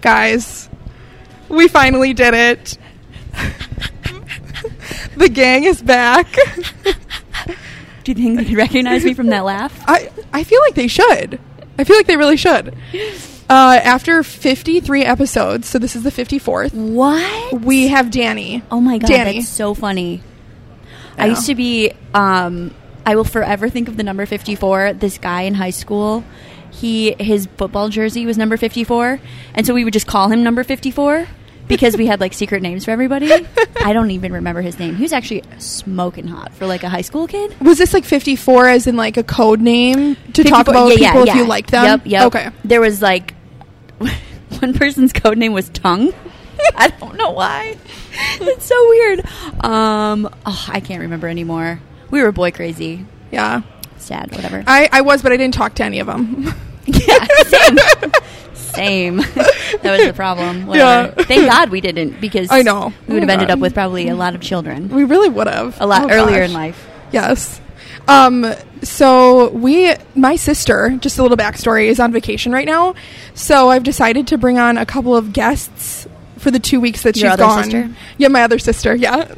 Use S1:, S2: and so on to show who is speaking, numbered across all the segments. S1: guys, we finally did it. the gang is back.
S2: Do you think they recognize me from that laugh?
S1: I, I feel like they should. I feel like they really should. Uh, after 53 episodes, so this is the 54th,
S2: What?
S1: we have Danny.
S2: Oh my god,
S1: Danny.
S2: that's so funny.
S1: I
S2: I,
S1: know.
S2: used to be um I will forever think of the number 54, this guy in high school. He his football jersey was number 54, and so we would just call him number 54 because we had like secret names for everybody. I don't even remember his name. He was actually smoking hot for like a high school kid.
S1: Was this like 54 as in like a code name to talk
S2: 54
S1: about
S2: yeah, yeah,
S1: people if
S2: yeah.
S1: you liked them?
S2: Yep, yep.
S1: Okay.
S2: There was like one person's code name was Tongue. I don't know why. It's so weird. Um, oh, I can't remember anymore. We were boy crazy.
S1: Yeah.
S2: Sad, whatever.
S1: I, I was, but I didn't talk to any of them.
S2: yeah, same. same. that was the problem. Whatever.
S1: Yeah.
S2: Thank God we didn't because
S1: I know.
S2: we would have
S1: Oh,
S2: ended
S1: God.
S2: up with probably a lot of children.
S1: We really would have.
S2: A lot
S1: Oh,
S2: earlier
S1: gosh.
S2: in life.
S1: Yes. Um, so we, my sister, just a little backstory, is on vacation right now. So I've decided to bring on a couple of guests for the two weeks that she's
S2: Your other
S1: gone.
S2: sister?
S1: Yeah, my other sister. Yeah.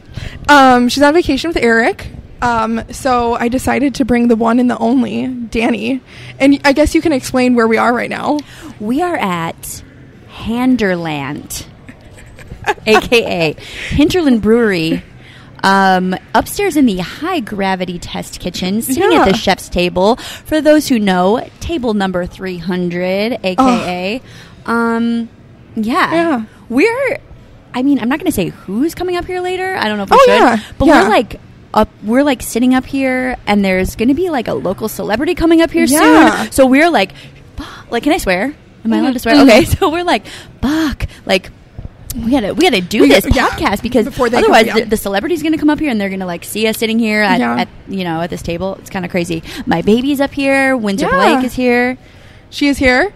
S1: Um, she's on vacation with Eric. Um, so I decided to bring the one and the only Danny, and I guess you can explain where we are right now.
S2: We are at Handerland, aka Hinterland Brewery, um, upstairs in the high gravity test kitchen, sitting at
S1: Yeah.
S2: the chef's table. For those who know, table number 300, aka. Um, yeah.
S1: Yeah.
S2: We're, I mean, I'm not going to say who's coming up here later. I don't know if we
S1: Oh,
S2: should.
S1: yeah.
S2: But
S1: Yeah.
S2: we're like, up, we're like sitting up here, and there's going to be like a local celebrity coming up here
S1: Yeah.
S2: soon. So we're like, "Fuck," like, can I swear? Am I allowed to swear? Okay,
S1: Mm-hmm.
S2: so we're like, fuck, like we gotta we gotta do
S1: We
S2: this
S1: gotta- yeah.
S2: podcast because
S1: Before they come,
S2: otherwise
S1: yeah.
S2: the, the celebrity's gonna come up here and they're gonna like see us sitting here at,
S1: Yeah.
S2: at you know at this table. It's kind of crazy. My baby's up here. Windsor
S1: Yeah.
S2: Blake is here.
S1: She is here.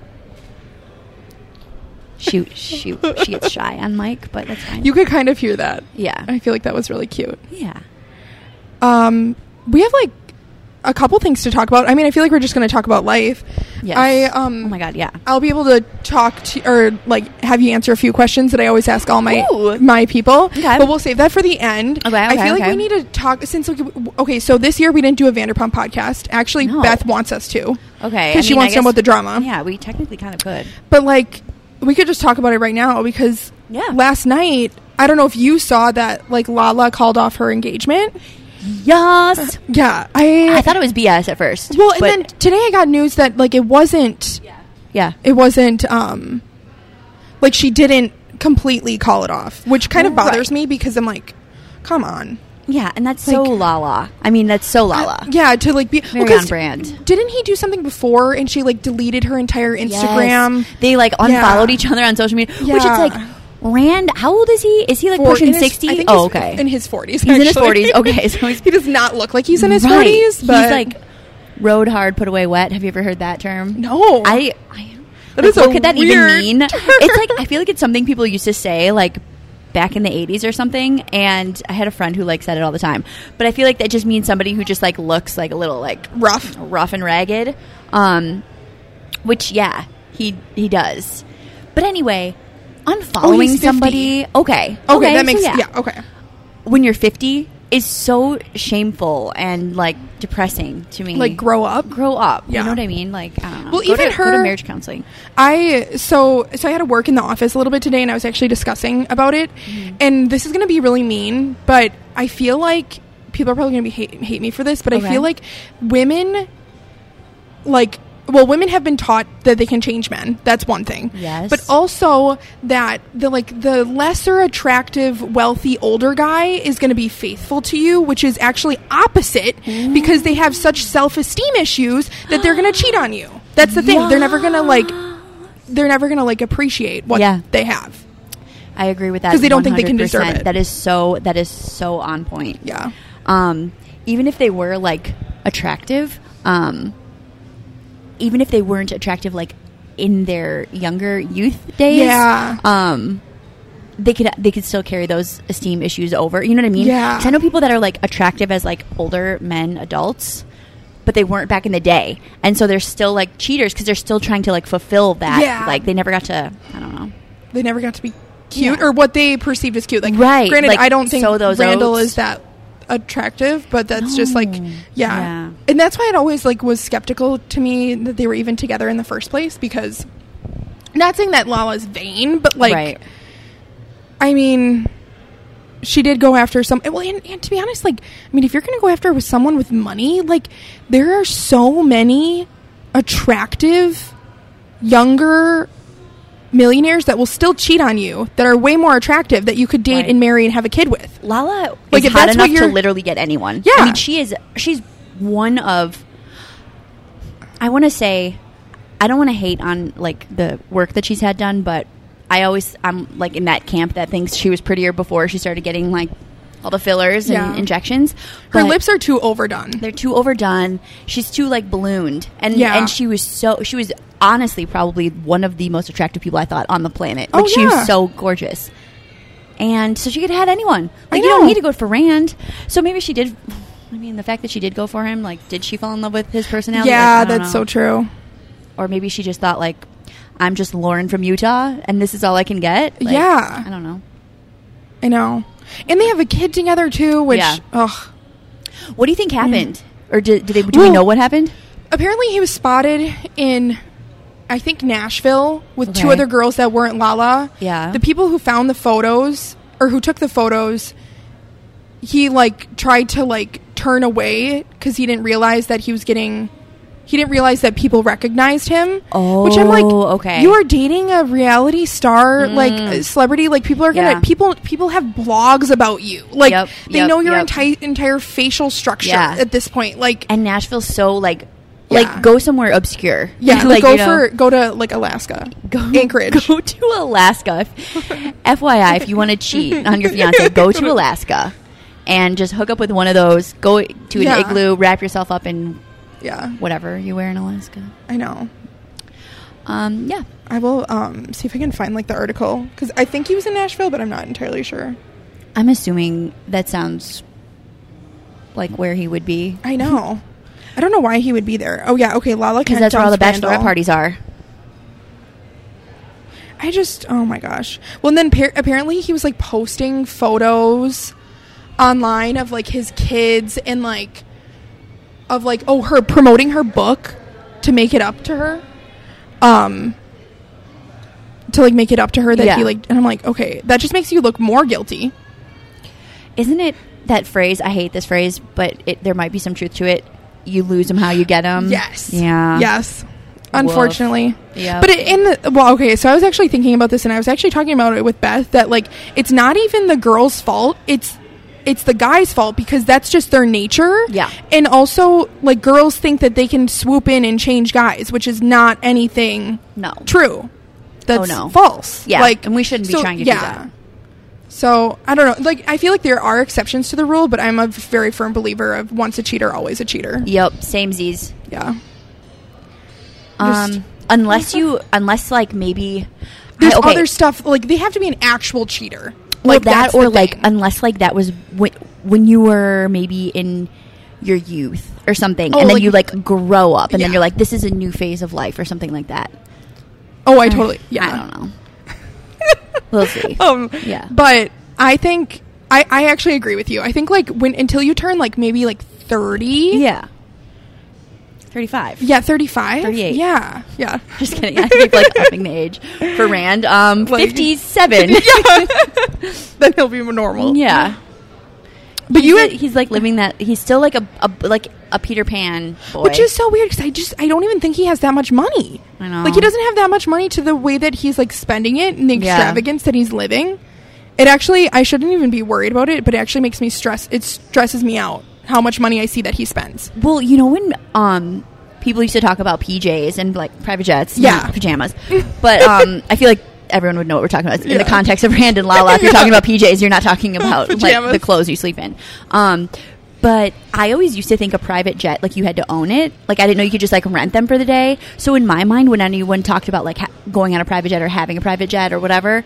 S2: Shoot, shoot, she gets shy on mic, but that's fine.
S1: You could kind of hear that.
S2: yeah,
S1: I feel like that was really cute.
S2: yeah.
S1: um, we have like a couple things to talk about. I mean, I feel like we're just going to talk about life.
S2: Yes.
S1: I um,
S2: Oh my god, yeah.
S1: I'll be able to talk to or like have you answer a few questions that I always ask all my
S2: Ooh.
S1: my people.
S2: Okay.
S1: But we'll save that for the end.
S2: Okay,
S1: I
S2: okay,
S1: feel like
S2: okay.
S1: we need to talk since like, w- okay, so this year we didn't do a Vanderpump podcast. Actually,
S2: No.
S1: Beth wants us to.
S2: Okay, I
S1: Because she
S2: mean, I
S1: wants to know
S2: guess-
S1: about the drama.
S2: Yeah, we technically kind of could.
S1: But like, we could just talk about it right now because
S2: Yeah.
S1: last night. I don't know if you saw that, like Lala called off her engagement.
S2: Yes,
S1: Yeah, I
S2: I thought it was BS at first.
S1: Well, and
S2: but-
S1: then today I got news that like it wasn't
S2: yeah.
S1: it wasn't um like she didn't completely call it off, which kind of
S2: Right.
S1: bothers me because I'm like, come on.
S2: Yeah, and that's so
S1: Like-
S2: Lala. I mean, that's so Lala.
S1: Yeah, to like be well,
S2: Very
S1: 'cause
S2: on brand.
S1: Didn't he do something before and she like deleted her entire
S2: Yes.
S1: Instagram?
S2: They like unfollowed
S1: Yeah.
S2: each other on social media, which it's
S1: Yeah.
S2: like Rand. How old is he? Is he like
S1: For- in
S2: pushing
S1: his- I
S2: sixty?
S1: think
S2: Oh,
S1: he's
S2: okay.
S1: In his forties.
S2: He's in his 40s. Okay, so he's-
S1: he does not look like he's in his
S2: Right.
S1: forties, but
S2: he's like rode hard, put away wet. Have you ever heard that term?
S1: No.
S2: I. I
S1: That
S2: like,
S1: is a
S2: what could that
S1: weird
S2: even mean?
S1: term.
S2: It's like I feel like it's something people used to say like back in the 80s or something and I had a friend who like said it all the time. But I feel like that just means somebody who just like looks like a little like
S1: rough.
S2: rough and ragged. Um, which yeah, he he does. But anyway,
S1: Oh,
S2: unfollowing
S1: he's 50.
S2: somebody. Okay,
S1: Okay, that
S2: so
S1: makes yeah. okay.
S2: When you're 50, is so shameful and like depressing to me.
S1: Like grow up.
S2: grow up.
S1: Yeah.
S2: You know what I mean? Like I don't know.
S1: Well,
S2: Go
S1: even
S2: to- go to
S1: her-
S2: marriage counseling.
S1: I so so I had to work in the office a little bit today, and I was actually discussing about it.
S2: Mm-hmm.
S1: And this is going to be really mean, but I feel like people are probably going to be hate, hate me for this, but I
S2: Okay.
S1: feel like women, like well, women have been taught that they can change men. That's one thing.
S2: Yes.
S1: But also that the like the lesser attractive, wealthy, older guy is going to be faithful to you, which is actually opposite
S2: Mm.
S1: because they have such self esteem issues that they're going to cheat on you. That's the thing. They're never going to like they're never gonna like appreciate what
S2: Yeah.
S1: they have.
S2: I agree with that
S1: 'Cause they don't think they can deserve
S2: 100%.
S1: it.
S2: That is so. That is so on point.
S1: Yeah.
S2: Um, even if they were like attractive, um, even if they weren't attractive, like in their younger youth days,
S1: Yeah.
S2: Um, they could they could still carry those esteem issues over. You know what I mean?
S1: Yeah.
S2: 'Cause I know people that are like attractive as like older men, adults. But they weren't back in the day, and so they're still like cheaters because they're still trying to like fulfill that.
S1: Yeah.
S2: Like they never got to. I don't know.
S1: they never got to be cute
S2: Yeah.
S1: or what they perceived as cute. Like
S2: Right,
S1: Granted,
S2: like,
S1: I don't think
S2: sow those
S1: Randall
S2: oats.
S1: is that attractive, but that's just like
S2: No.
S1: yeah.
S2: Yeah.
S1: And that's why it always like was skeptical to me that they were even together in the first place because not saying that Lala's vain, but like
S2: right.
S1: I mean, she did go after some. Well, and, and to be honest, like, I mean, if you're going to go after with someone with money, like, there are so many attractive, younger millionaires that will still cheat on you that are way more attractive that you could date
S2: Right.
S1: and marry and have a kid with.
S2: Lala
S1: Like,
S2: is
S1: if
S2: hot
S1: that's what
S2: enough to
S1: you're-
S2: literally get anyone.
S1: Yeah.
S2: I mean, she is. She's one of. I want to say, I don't want to hate on like the work that she's had done, but I always I'm like in that camp that thinks she was prettier before she started getting like all the fillers
S1: Yeah.
S2: and injections.
S1: Her
S2: But-
S1: lips are too overdone.
S2: they're too overdone. She's too like ballooned, and
S1: Yeah.
S2: and she was so she was honestly probably one of the most attractive people I thought on the planet.
S1: Oh,
S2: Like she
S1: yeah.
S2: was so gorgeous, and so she could have had anyone.
S1: I
S2: Like you don't
S1: know.
S2: need to go for Rand. So maybe she did. I mean, the fact that she did go for him, like, did she fall in love with his personality?
S1: yeah,
S2: Like, I don't
S1: that's
S2: know.
S1: so true.
S2: Or maybe she just thought like, I'm just Lauren from Utah, and this is all I can get. Like,
S1: Yeah.
S2: I don't know.
S1: I know. And they have a kid together too, which
S2: Yeah.
S1: ugh.
S2: What do you think happened, or did, did they? Do we
S1: Well-
S2: know what happened?
S1: Apparently, he was spotted in, I think Nashville with two
S2: Okay.
S1: other girls that weren't Lala.
S2: Yeah.
S1: The people who found the photos or who took the photos, he like tried to like turn away because he didn't realize that he was getting. He didn't realize that people recognized him. which I'm like,
S2: Oh, okay. Mm.
S1: You are dating a reality star, like a celebrity. Like people are gonna
S2: Yeah.
S1: people people have blogs about you. Like
S2: Yep,
S1: they
S2: yep,
S1: know your
S2: yep.
S1: entire entire facial structure
S2: Yeah.
S1: at this point. Like
S2: and Nashville's so like
S1: Yeah.
S2: like go somewhere obscure.
S1: Yeah,
S2: like
S1: go
S2: you know,
S1: for go to like Alaska,
S2: go,
S1: Anchorage.
S2: Go to Alaska. FYI, if you want to cheat on your fiance, go to Alaska and just hook up with one of those. Go to an
S1: Yeah.
S2: igloo, wrap yourself up in
S1: Yeah,
S2: whatever you wear in Alaska.
S1: I know.
S2: Um, yeah.
S1: I will um, see if I can find like the article because I think he was in Nashville, but I'm not entirely sure.
S2: I'm assuming that sounds like where he would be
S1: I know. I don't know why he would be there. Oh yeah, okay. Lala
S2: because that's where all the bachelorette
S1: party.
S2: parties are.
S1: I just, oh my gosh. Well, and then par- apparently he was like posting photos online of like his kids and like, of like, oh, her promoting her book to make it up to her. Um, to like make it up to her that
S2: Yeah.
S1: he like, and I'm like, okay, that just makes you look more guilty.
S2: Isn't it that phrase? I hate this phrase, but it, there might be some truth to it. You lose them how you get them.
S1: Yes.
S2: Mm-hmm. Yeah.
S1: Yes. Unfortunately.
S2: Yep.
S1: But it, in the well, okay. So I was actually thinking about this, and I was actually talking about it with Beth that like it's not even the girl's fault. It's it's the guy's fault because that's just their nature.
S2: Yeah.
S1: And also, like girls think that they can swoop in and change guys, which is not anything
S2: No.
S1: true. That's
S2: Oh, no.
S1: false.
S2: Yeah,
S1: Like,
S2: and we shouldn't be trying to do that.
S1: So I don't know. Like I feel like there are exceptions to the rule, but I'm a very firm believer of once a cheater, always a cheater.
S2: Yep, same Z's.
S1: Yeah. Just-
S2: Um, unless you, unless like maybe
S1: There's
S2: I- okay,
S1: other stuff like they have to be an actual cheater,
S2: like that,
S1: that's
S2: or
S1: the
S2: like
S1: thing.
S2: unless like that was when when you were maybe in your youth or something,
S1: Oh,
S2: and then
S1: like-
S2: you like grow up, and then
S1: Yeah.
S2: you're like, this is a new phase of life or something like that.
S1: oh, I totally yeah.
S2: I don't know. we'll see.
S1: Um,
S2: Yeah.
S1: but I think I I actually agree with you. I think like when until you turn like maybe like thirty,
S2: Yeah. Thirty-five.
S1: yeah, thirty five,
S2: 38.
S1: yeah, yeah.
S2: Just kidding. I keep like upping the age for Rand. Um,
S1: Like-
S2: fifty-seven.
S1: then he'll be normal.
S2: yeah.
S1: but you,
S2: he's, he's like living that. He's still like a, a like a Peter Pan boy.
S1: which is so weird because I just I don't even think he has that much money.
S2: I know.
S1: Like he doesn't have that much money to the way that he's like spending it and the
S2: Yeah.
S1: extravagance that he's living. It actually I shouldn't even be worried about it, but it actually makes me stress. It stresses me out how much money I see that he spends.
S2: Well, you know when um people used to talk about PJs and like private jets,
S1: Yeah.
S2: not pajamas. But um I feel like everyone would know what we're talking about in
S1: Yeah.
S2: the context of Rand and Lala. If you're
S1: Yeah.
S2: talking about PJs, you're not talking about like
S1: Pajamas.
S2: the clothes you sleep in. Um but I always used to think a private jet like you had to own it. Like I didn't know you could just like rent them for the day. So in my mind when anyone talked about like ha- going on a private jet or having a private jet or whatever,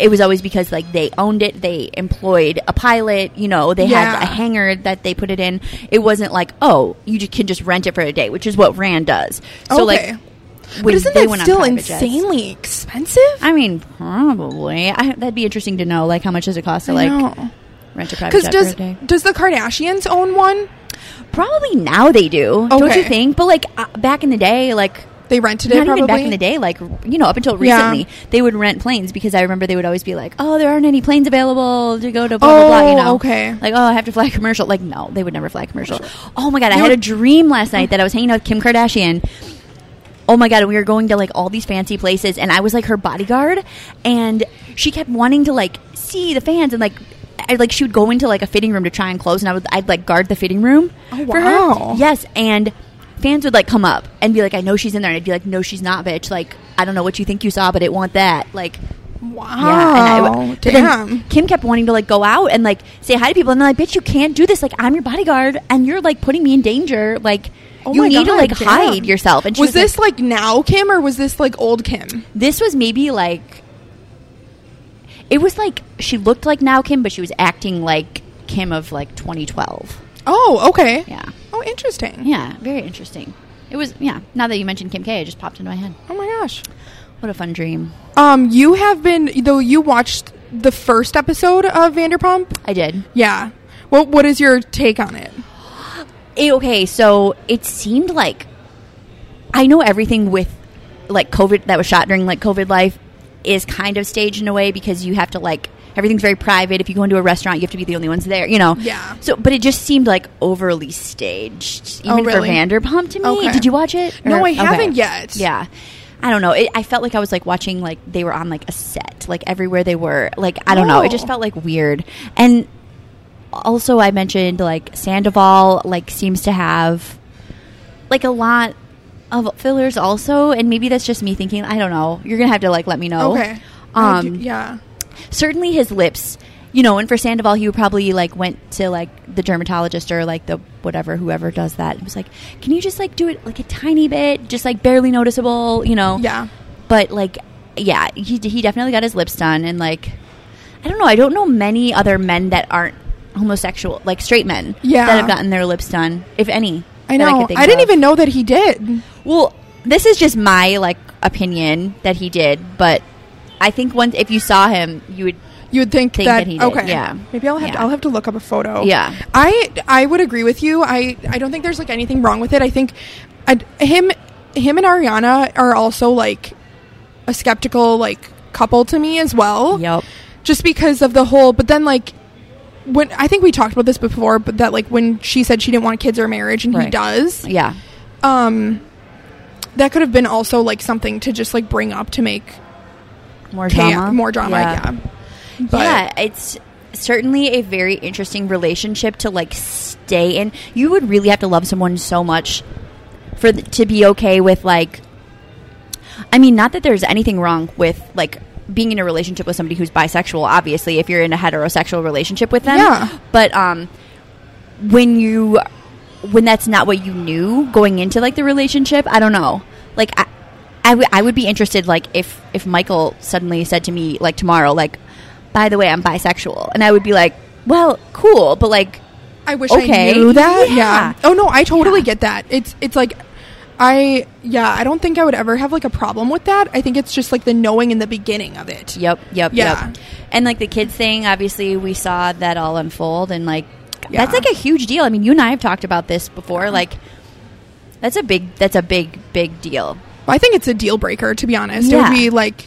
S2: it was always because like they owned it, they employed a pilot, you know, they had
S1: Yeah.
S2: a hangar that they put it in. It wasn't like, oh, you ju- can just rent it for a day, which is what Rand does. So
S1: Okay.
S2: like
S1: But
S2: when
S1: isn't
S2: they
S1: that
S2: went on
S1: still
S2: private jets.
S1: insanely expensive?
S2: I mean, probably. I, that'd be interesting to know. Like, how much does it cost to like
S1: know.
S2: rent a private
S1: Because
S2: jet
S1: does
S2: for a day?
S1: does the Kardashians own one?
S2: Probably now they do. Don't
S1: Okay.
S2: you think? But like uh, back in the day, like
S1: They rented it
S2: not
S1: probably
S2: even back in the day, like you know, up until
S1: Yeah.
S2: recently, they would rent planes because I remember they would always be like, "Oh, there aren't any planes available to go to blah blah blah." You
S1: Oh,
S2: know,
S1: okay.
S2: Like, oh, I have to fly commercial. Like, no, they would never fly commercial. Oh my god, I had a dream last night that I was hanging out with Kim Kardashian. Oh my god, and we were going to like all these fancy places, and I was like her bodyguard, and she kept wanting to like see the fans and like. I, like she would go into like a fitting room to try on clothes, and I would I'd like guard the fitting room
S1: Oh,
S2: for
S1: wow.
S2: her. Yes, and fans would like come up and be like, "I know she's in there," and I'd be like, "No, she's not, bitch." Like, I don't know what you think you saw, but it want that. Like, yeah.
S1: Wow.
S2: And I, but then
S1: Oh, Damn.
S2: Kim kept wanting to like go out and like say hi to people, and they're like, "Bitch, you can't do this. Like, I'm your bodyguard, and you're like putting me in danger. Like,
S1: Oh
S2: you
S1: my
S2: need to
S1: God,
S2: like
S1: damn.
S2: hide yourself." And she
S1: was
S2: was, like-
S1: this like now Kim or was this like old Kim?
S2: this was maybe like it was like she looked like now Kim, but she was acting like Kim of like 2012.
S1: Oh, okay.
S2: Yeah,
S1: Oh, interesting.
S2: yeah, very interesting. It was yeah. Now that you mentioned Kim K, it just popped into my head.
S1: Oh my gosh.
S2: What a fun dream.
S1: Um, you have been though. You watched the first episode of Vanderpump.
S2: I did.
S1: Yeah. What What is your take on it?
S2: Eh, okay, so it seemed like I know everything with like COVID that was shot during like COVID life is kind of staged in a way because you have to like everything's very private. If you go into a restaurant, you have to be the only ones there, you know.
S1: Yeah.
S2: So, but it just seemed like overly staged,
S1: Oh,
S2: even
S1: really?
S2: for Vanderpump to me.
S1: Okay.
S2: Did you watch it?
S1: No, I
S2: okay.
S1: haven't yet.
S2: Yeah. I don't know. It, I felt like I was like watching like they were on like a set, like everywhere they were. Like I don't know. It just
S1: Oh.
S2: felt like weird. And also I mentioned like Sandoval like seems to have like a lot of fillers also and maybe that's just me thinking I don't know you're gonna have to like let me know
S1: Okay. I do-
S2: Oh, um
S1: yeah.
S2: certainly his lips you know and for Sandoval he probably like went to like the dermatologist or like the whatever whoever does that and was like can you just like do it like a tiny bit just like barely noticeable you know
S1: Yeah.
S2: but like yeah he, he definitely got his lips done and like i don't know i don't know many other men that aren't homosexual like straight men
S1: Yeah.
S2: that have gotten their lips done if any
S1: I
S2: that
S1: know.
S2: could
S1: I,
S2: think
S1: didn't
S2: of.
S1: even know that he did.
S2: well this is just my like opinion that he did but i think once if you saw him you would
S1: You would think,
S2: Think
S1: that,
S2: that he did,
S1: okay.
S2: yeah.
S1: Maybe I'll have to,
S2: Yeah.
S1: I'll have to look up a photo.
S2: Yeah.
S1: I I would agree with you. I I don't think there's like anything wrong with it. I think I'd, him him and Ariana are also like a skeptical like couple to me as well.
S2: Yep.
S1: Just because of the whole but then like when I think we talked about this before, but that like when she said she didn't want kids or marriage and he
S2: Right.
S1: does.
S2: yeah
S1: Um that could have been also like something to just like bring up to make
S2: more
S1: chaos,
S2: drama
S1: more drama, yeah. But
S2: yeah, it's certainly a very interesting relationship to like stay in. You would really have to love someone so much for th- to be okay with like. I mean, not that there's anything wrong with like being in a relationship with somebody who's bisexual. Obviously, if you're in a heterosexual relationship with them,
S1: Yeah.
S2: But um, when you when that's not what you knew going into like the relationship i don't know like i I, w- I would be interested like if if michael suddenly said to me like tomorrow like by the way i'm bisexual and i would be like well cool but like
S1: I wish I
S2: Okay.
S1: knew that. Yeah.
S2: Yeah.
S1: Oh no, I totally get that. It's it's like I yeah, I don't think I would ever have like a problem with that. I think it's just like the knowing in the beginning of it.
S2: yep yep
S1: Yeah.
S2: yep and like the kids thing obviously we saw that all unfold and like
S1: Yeah. Uh-huh.
S2: that's like a huge deal i mean you and i have talked about this before like that's a big that's a big big deal
S1: I think it's a deal breaker to be honest. It
S2: Yeah.
S1: would be like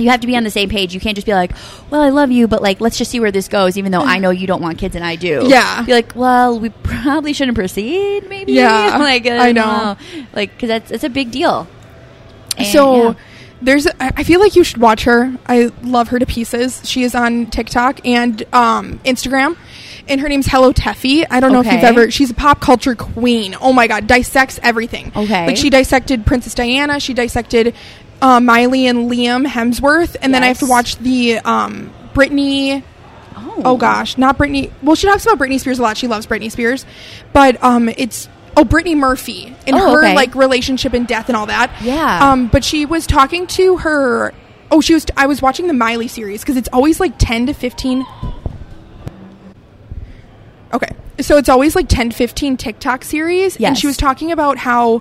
S2: you have to be on the same page. You can't just be like, "Well, I love you, but like, let's just see where this goes." Even though I know you don't want kids, and I do.
S1: Yeah.
S2: you're like, "Well, we probably shouldn't proceed." Maybe.
S1: Yeah,
S2: like I,
S1: I
S2: don't
S1: know.
S2: know, like because that's it's a big deal. And,
S1: so
S2: yeah.
S1: there's I I feel like you should watch her. I love her to pieces. She is on TikTok and um, Instagram. And her name's Hello Teffy. I don't know if you've
S2: Okay.
S1: ever. She's a pop culture queen. Oh my god, dissects everything.
S2: Okay.
S1: like she dissected Princess Diana. She dissected uh, Miley and Liam Hemsworth. And then I have to
S2: Yes.
S1: watch the um, Britney. Oh gosh, not Britney. Well, she talks about Britney Spears a lot. She loves Britney Spears, but um, it's oh Britney Murphy and
S2: Oh,
S1: her
S2: okay.
S1: like relationship and death and all that.
S2: Yeah.
S1: Um, but she was talking to her. Oh, she was. I was watching the Miley series because it's always like ten to fifteen. Okay, so it's always like 10 15 tiktok series and
S2: Yes.
S1: she was talking about how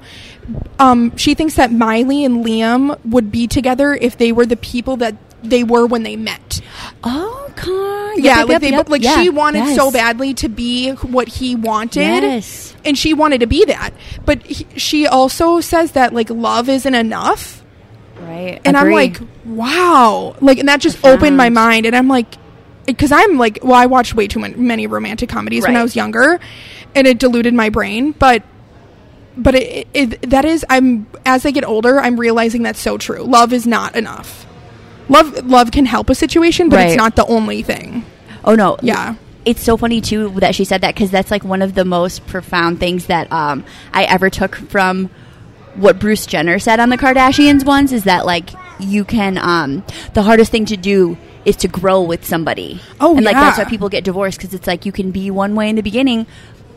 S1: um, she thinks that miley and liam would be together if they were the people that they were when they met
S2: Oh, car.
S1: yeah, like they bo- like she wanted so badly to be what he wanted,
S2: Yes.
S1: and she wanted to be that. But he, she also says that like love isn't enough,
S2: Right.
S1: and I'm
S2: Agree.
S1: like, wow, like and that just opened my
S2: Profound.
S1: mind, and I'm like, because I'm like, well, I watched way too mon- many romantic comedies when I
S2: Right.
S1: was younger, and it diluted my brain, but. But it, it, that is, I'm as I get older, I'm realizing that's so true. Love is not enough. Love, love can help a situation, but it's
S2: Right.
S1: not the only thing.
S2: Oh no.
S1: Yeah.
S2: It's so funny too that she said that because that's like one of the most profound things that um, I ever took from what Bruce Jenner said on the Kardashians once is that like you can um, the hardest thing to do is to grow with somebody.
S1: Oh,
S2: and like that's
S1: yeah.
S2: why people get divorced because it's like you can be one way in the beginning,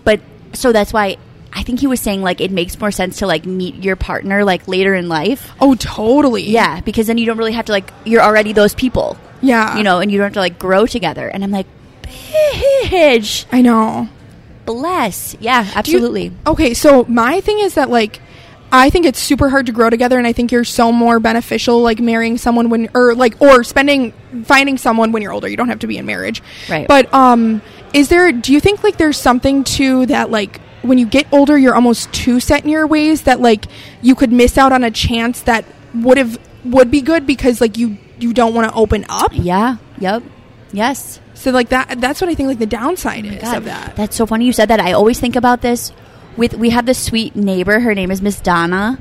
S2: but so that's why I think he was saying like it makes more sense to like meet your partner like later in life.
S1: Oh, totally.
S2: Yeah, because then you don't really have to like you're already those people
S1: Yeah.
S2: you know, and you don't have to like grow together. And I'm like, bitch,
S1: I know.
S2: bless. Yeah,
S1: Do you-
S2: absolutely.
S1: okay, so my thing is that like I think it's super hard to grow together and I think you're so more beneficial like marrying someone when or like or spending finding someone when you're older. You don't have to be in marriage.
S2: Right.
S1: But um is there do you think like there's something to that like when you get older you're almost too set in your ways that like you could miss out on a chance that would have would be good because like you you don't want to open up.
S2: yeah, yep, yes.
S1: So like that that's what I think like the downside is
S2: Oh God,
S1: of that.
S2: That's so funny you said that. I always think about this. With we have this sweet neighbor. Her name is Miss Donna,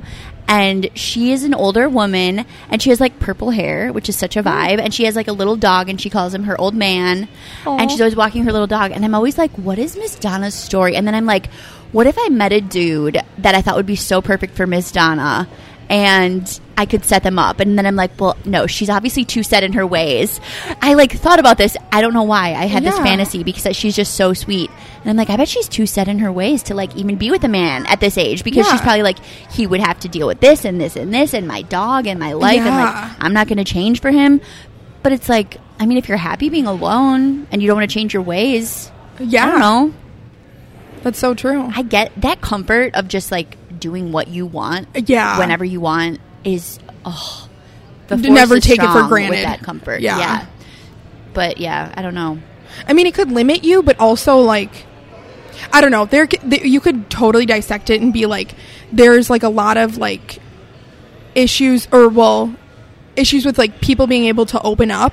S2: and she is an older woman, and she has like purple hair, which is such
S1: Oh.
S2: a vibe. And she has like a little dog, and she calls him her old man.
S1: Aw.
S2: And she's always walking her little dog. And I'm always like, what is Miss Donna's story? And then I'm like, what if I met a dude that I thought would be so perfect for Miss Donna? And I could set them up, and then I'm like, well, no, she's obviously too set in her ways. I like thought about this. I don't know why. I had this
S1: Yeah.
S2: fantasy fantasy because she's just so sweet. And I'm like, I bet she's too set in her ways to like even be with a man at this age because
S1: Yeah.
S2: she's probably like, he would have to deal with this and this and this and my dog and my life and
S1: Yeah.
S2: like I'm not going to change for him. But it's like, I mean, if you're happy being alone and you don't want to change your ways,
S1: Yeah.
S2: I don't know.
S1: That's so true.
S2: I get that comfort of just like doing what you want,
S1: Yeah.
S2: whenever you want is oh, the
S1: To
S2: force
S1: never
S2: is
S1: take it for
S2: strong with
S1: granted.
S2: that comfort.
S1: Yeah.
S2: yeah, but yeah, I don't know.
S1: I mean, it could limit you, but also like, I don't know. There, c- th- you could totally dissect it and be like, there's like a lot of like issues, or well, issues with like people being able to open up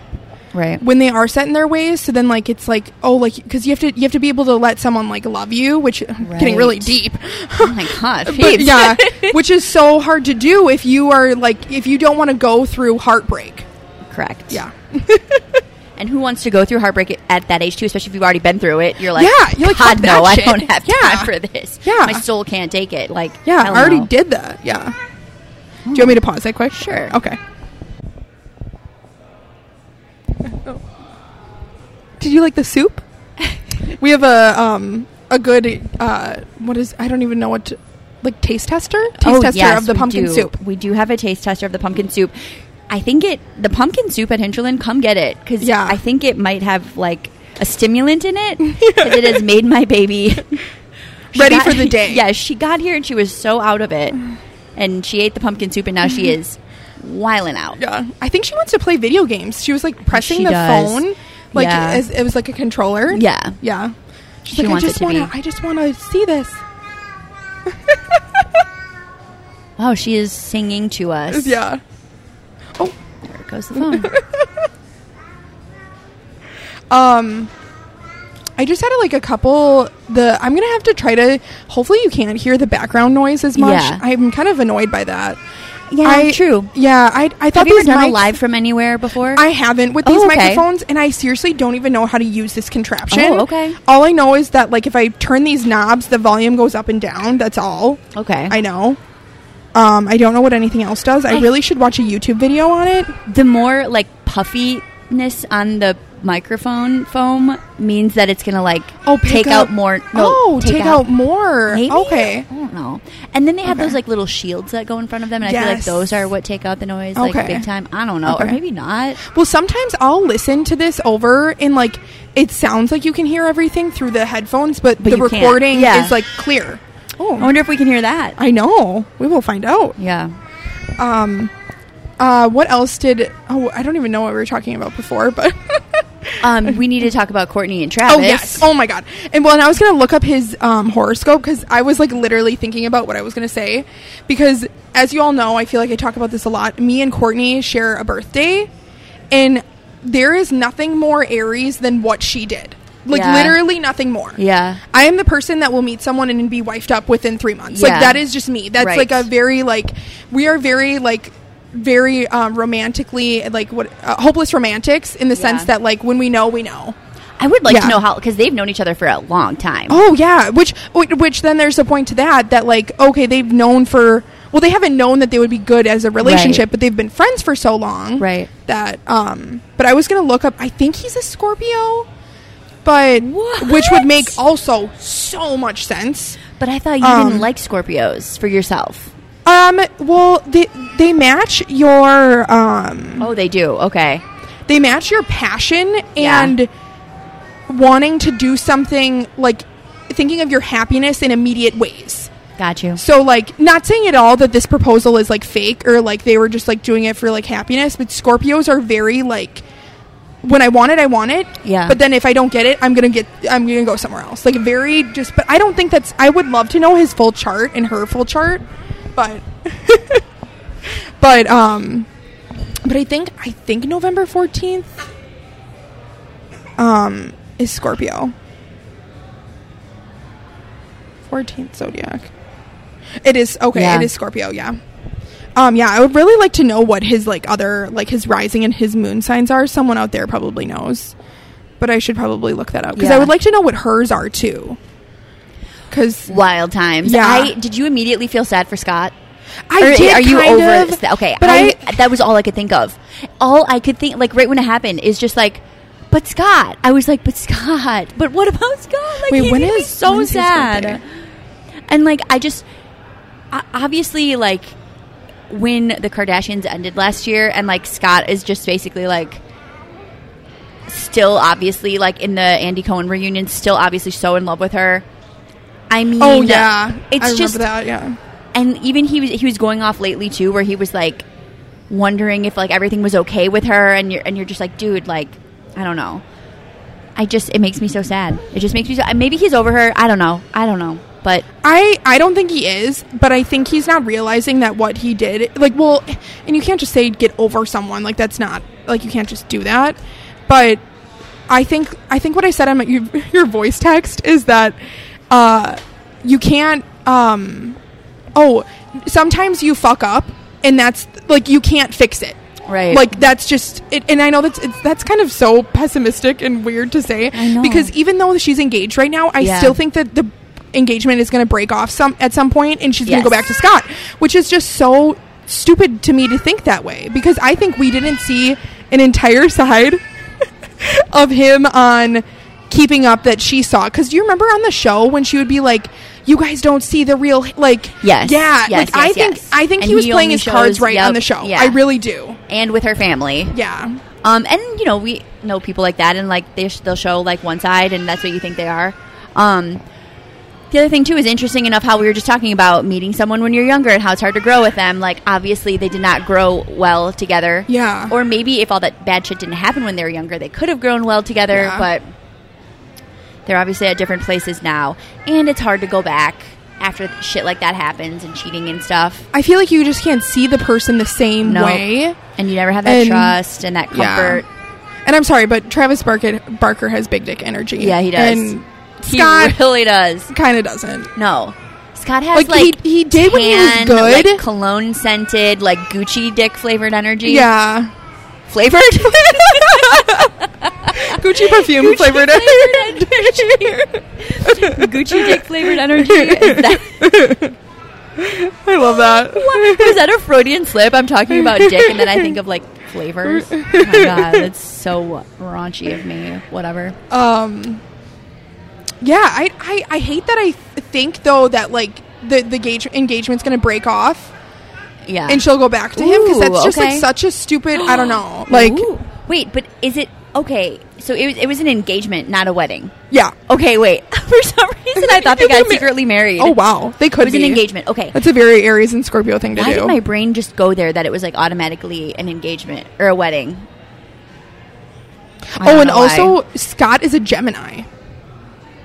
S2: Right.
S1: when they are set in their ways. So then, like, it's like, oh, like, because you have to you have to be able to let someone like love you, which getting really
S2: Right.
S1: deep.
S2: Oh my god.
S1: But
S2: Phoebe.
S1: yeah, which is so hard to do if you are like if you don't want to go through heartbreak.
S2: Correct.
S1: Yeah.
S2: And who wants to go through heartbreak at that age too? Especially if you've already been through it. You're like,
S1: Yeah, you're like,
S2: God,
S1: "Fuck that
S2: no, I
S1: shit."
S2: don't have
S1: Yeah.
S2: time for this.
S1: Yeah.
S2: my soul can't take it. Like,
S1: Yeah, I
S2: hell
S1: already
S2: no.
S1: did that. Yeah. Do you want me to pause that quick?
S2: Sure.
S1: Okay. Did you like the soup? we have a um a good uh what is I don't even know what to, like taste tester taste
S2: Oh,
S1: tester
S2: yes,
S1: of the
S2: we
S1: pumpkin
S2: do.
S1: soup.
S2: We do have a taste tester of the pumpkin soup. I think it the pumpkin soup at Hinterland. Come get it because
S1: Yeah.
S2: I think it might have like a stimulant in it 'cause it has made my baby she
S1: Ready for the day.
S2: Yeah, she got here and she was so out of it, and she ate the pumpkin soup and now she is wiling out.
S1: Mm-hmm. Yeah, I think she wants to play video games. She was like pressing
S2: She
S1: the
S2: does.
S1: phone like
S2: Yeah.
S1: as, it was like a controller.
S2: Yeah.
S1: Yeah. She's
S2: She
S1: like
S2: wants
S1: I
S2: it
S1: just
S2: to
S1: want to
S2: be.
S1: I just want to see this.
S2: Wow, she is singing to us.
S1: Yeah. Oh,
S2: There goes the phone.
S1: Um, I just had like a couple. The I'm gonna have to try to. Hopefully, you can't hear the background noise as much.
S2: Yeah.
S1: I'm kind of annoyed by that.
S2: yeah,
S1: I,
S2: true.
S1: Yeah, I I thought
S2: Have you
S1: these
S2: ever done
S1: mics-
S2: a live from anywhere before?
S1: I haven't with these
S2: Oh, okay.
S1: microphones, and I seriously don't even know how to use this contraption.
S2: Oh, okay.
S1: All I know is that like if I turn these knobs, the volume goes up and down. That's all
S2: okay.
S1: I know. Um, I don't know what anything else does. I
S2: I-
S1: really should watch a YouTube video on it.
S2: the more like puffiness on the microphone foam means that it's gonna like
S1: Oh, pick
S2: take
S1: up-
S2: out more. No,
S1: oh, take, out, more.
S2: Maybe?
S1: Okay.
S2: I don't know. And then they have
S1: Okay.
S2: those like little shields that go in front of them, and I feel like
S1: Yes.
S2: those are what take out the noise like
S1: Okay.
S2: big time. I don't know, or
S1: Okay.
S2: maybe not.
S1: Well, sometimes I'll listen to this over and like it sounds like you can hear everything through the headphones, but,
S2: But
S1: the
S2: you can't.
S1: recording
S2: Yeah.
S1: is like clear.
S2: I
S1: Oh,
S2: wonder if we can hear that.
S1: I know. We will find out.
S2: Yeah.
S1: Um, uh, what else did? Oh, I don't even know what we were talking about before, but
S2: Um, we need to talk about Courtney and Travis.
S1: oh yes, oh my god. And well, and I was gonna look up his um, horoscope because I was like literally thinking about what I was gonna say because, as you all know, I feel like I talk about this a lot. Me and Courtney share a birthday, and there is nothing more Aries than what she did. Like
S2: Yeah.
S1: literally nothing more.
S2: Yeah.
S1: I am the person that will meet someone and be wifed up within three months.
S2: Yeah.
S1: Like that is just me. That's
S2: Right.
S1: like a very like we are very like very um, romantically like what uh, hopeless romantics in the sense
S2: Yeah.
S1: that like when we know we know.
S2: I would like to
S1: Yeah.
S2: know how because they've known each other for a long time.
S1: Oh yeah, which wh- which then there's a point to that that like okay they've known for well they haven't known that they would be good as a relationship
S2: Right.
S1: but they've been friends for so long
S2: Right.
S1: that um but I was gonna look up I think he's a Scorpio. But which
S2: What?
S1: would make also so much sense.
S2: But I thought you didn't
S1: Um,
S2: like Scorpios for yourself.
S1: Um. Well, they they match your um
S2: Oh, they do. Okay.
S1: they match your passion
S2: Yeah.
S1: and wanting to do something like thinking of your happiness in immediate ways.
S2: Got you.
S1: So like not saying at all that this proposal is like fake or like they were just like doing it for like happiness, but Scorpios are very like when I want it, I want it.
S2: Yeah.
S1: But then if I don't get it, I'm gonna get I'm gonna go somewhere else. Like very just but I don't think that's I would love to know his full chart and her full chart, but but um but I think I think November fourteenth um is Scorpio. Fourteenth Zodiac. It is okay,
S2: Yeah.
S1: it is Scorpio, yeah. Um, yeah, I would really like to know what his like other like his rising and his moon signs are. Someone out there probably knows, but I should probably look that up because
S2: Yeah.
S1: I would like to know what hers are too. Because
S2: Wild times.
S1: Yeah.
S2: I did. You immediately feel sad for Scott.
S1: I
S2: Or
S1: did
S2: are you
S1: kind
S2: over?
S1: of,
S2: this- Okay,
S1: but I,
S2: that was all I could think of. All I could think, like right when it happened, is just like, but Scott. I was like, but Scott. But what about Scott? Like,
S1: Wait,
S2: he's
S1: when
S2: gonna be
S1: is-
S2: so
S1: when is his
S2: sad?
S1: birthday?
S2: And like, I just o- obviously like when the Kardashians ended last year, and like Scott is just basically like. Still, obviously, like in the Andy Cohen reunion, still obviously so in love with her. I mean,
S1: oh yeah,
S2: it's
S1: I remember
S2: just
S1: that. Yeah,
S2: and even he was he was going off lately too, where he was like wondering if like everything was okay with her, and you're and you're just like, dude, like I don't know. I just it makes me so sad. It just makes me so. Maybe he's over her. I don't know. I don't know. But
S1: I I don't think he is, but I think he's not realizing that what he did, like, well, and you can't just say get over someone, like that's not like you can't just do that. But I think I think what I said on my, your, your voice text is that uh, you can't. Um, oh, sometimes you fuck up, and that's like you can't fix it.
S2: Right.
S1: Like that's just it, and I know that's it's, that's kind of so pessimistic and weird to say
S2: I know.
S1: because even though she's engaged right now, I
S2: Yeah.
S1: still think that the engagement is going to break off some at some point and she's going to go
S2: Yes.
S1: back to Scott, which is just so stupid to me to think that way because I think we didn't see an entire side of him on keeping up that she saw cuz do you remember on the show when she would be like you guys don't see the real like
S2: Yes.
S1: yeah like
S2: Yes, yes,
S1: I think
S2: yes.
S1: I think
S2: And
S1: he was
S2: he
S1: playing
S2: only
S1: his cards
S2: shows-
S1: right
S2: yep,
S1: on the show
S2: yeah.
S1: I really do
S2: and with her family,
S1: yeah
S2: um, and you know we know people like that, and like they sh- they'll show like one side, and that's what you think they are. Um, the other thing too is interesting enough how we were just talking about meeting someone when you're younger and how it's hard to grow with them. Like obviously they did not grow well together.
S1: Yeah.
S2: Or maybe if all that bad shit didn't happen when they were younger, they could have grown well together.
S1: Yeah.
S2: But they're obviously at different places now, and it's hard to go back after shit like that happens and cheating and stuff.
S1: I feel like you just can't see the person the same
S2: No.
S1: way.
S2: And you never have that
S1: And-
S2: trust and that comfort.
S1: And I'm sorry, but Travis Barker, Barker has big dick energy.
S2: Yeah, he does.
S1: And
S2: He
S1: Scott
S2: really does.
S1: kind of doesn't.
S2: No. Scott has
S1: Like,
S2: like,
S1: he, he did when he was
S2: tan,
S1: good.
S2: like, cologne scented, like Gucci dick flavored energy.
S1: yeah.
S2: flavored.
S1: Gucci perfume flavored.
S2: Gucci dick flavored energy. Is that,
S1: I love that.
S2: was that a Freudian slip? I'm talking about dick, and then I think of like flavors. oh my god, that's so raunchy of me. Whatever.
S1: um yeah I, I i hate that i th- think though that like the the gauge engagement's gonna break off
S2: Yeah.
S1: and she'll go back to him because
S2: Ah. Ooh,
S1: that's just
S2: okay.
S1: like such a stupid i don't know like
S2: Ooh. wait, but is it okay? So it was, it was an engagement, not a wedding.
S1: yeah
S2: Okay, wait. For some reason, I thought they
S1: You
S2: got
S1: can ma-
S2: secretly married.
S1: oh wow they could
S2: it was an
S1: be.
S2: engagement. Okay,
S1: that's a very aries and scorpio thing to
S2: why
S1: do
S2: did my brain just go there that it was like automatically an engagement or a wedding? I don't
S1: oh and
S2: know why.
S1: also scott is a gemini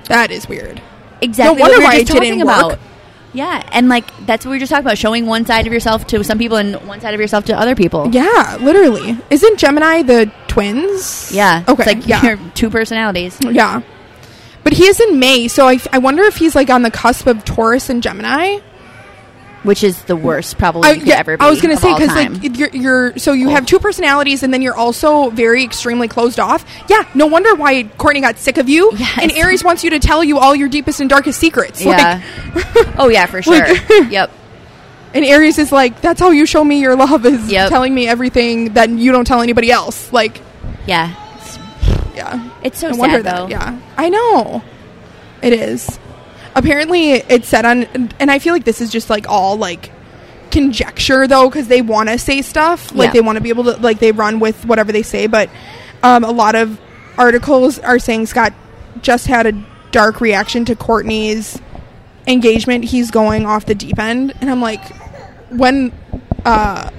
S1: that is weird
S2: exactly
S1: no wonder
S2: what we
S1: why
S2: were just
S1: it didn't
S2: talking about.
S1: work.
S2: Yeah, and like that's what we were just talking about: showing one side of yourself to some people and one side of yourself to other people.
S1: yeah literally isn't gemini the twins
S2: yeah.
S1: okay
S2: It's like
S1: yeah.
S2: your two personalities.
S1: Yeah. But he is in May, so I, I wonder if he's like on the cusp of Taurus and Gemini.
S2: which is the worst probably
S1: I,
S2: you could ever be.
S1: I was gonna
S2: of
S1: say
S2: all
S1: because
S2: time. Oh.
S1: like you're, you're so you have two personalities, and then you're also very extremely closed off. Yeah, no wonder why Courtney got sick of you.
S2: Yes.
S1: And Aries wants you to tell you all your deepest and darkest secrets.
S2: yeah.
S1: Like,
S2: oh yeah, for sure.
S1: like-
S2: yep.
S1: and Aries is like, that's how you show me your love is
S2: Yep.
S1: telling me everything that you don't tell anybody else. Like,
S2: Yeah. It's,
S1: yeah.
S2: it's so
S1: I
S2: sad
S1: wonder
S2: though.
S1: that. Yeah, I know. It is. Apparently, it said on, and I feel like this is just like all like conjecture though, because they want to say stuff, like
S2: Yeah.
S1: they want to be able to, like they run with whatever they say. But um, a lot of articles are saying Scott just had a dark reaction to Courtney's engagement. He's going off the deep end, and I'm like, when? Uh,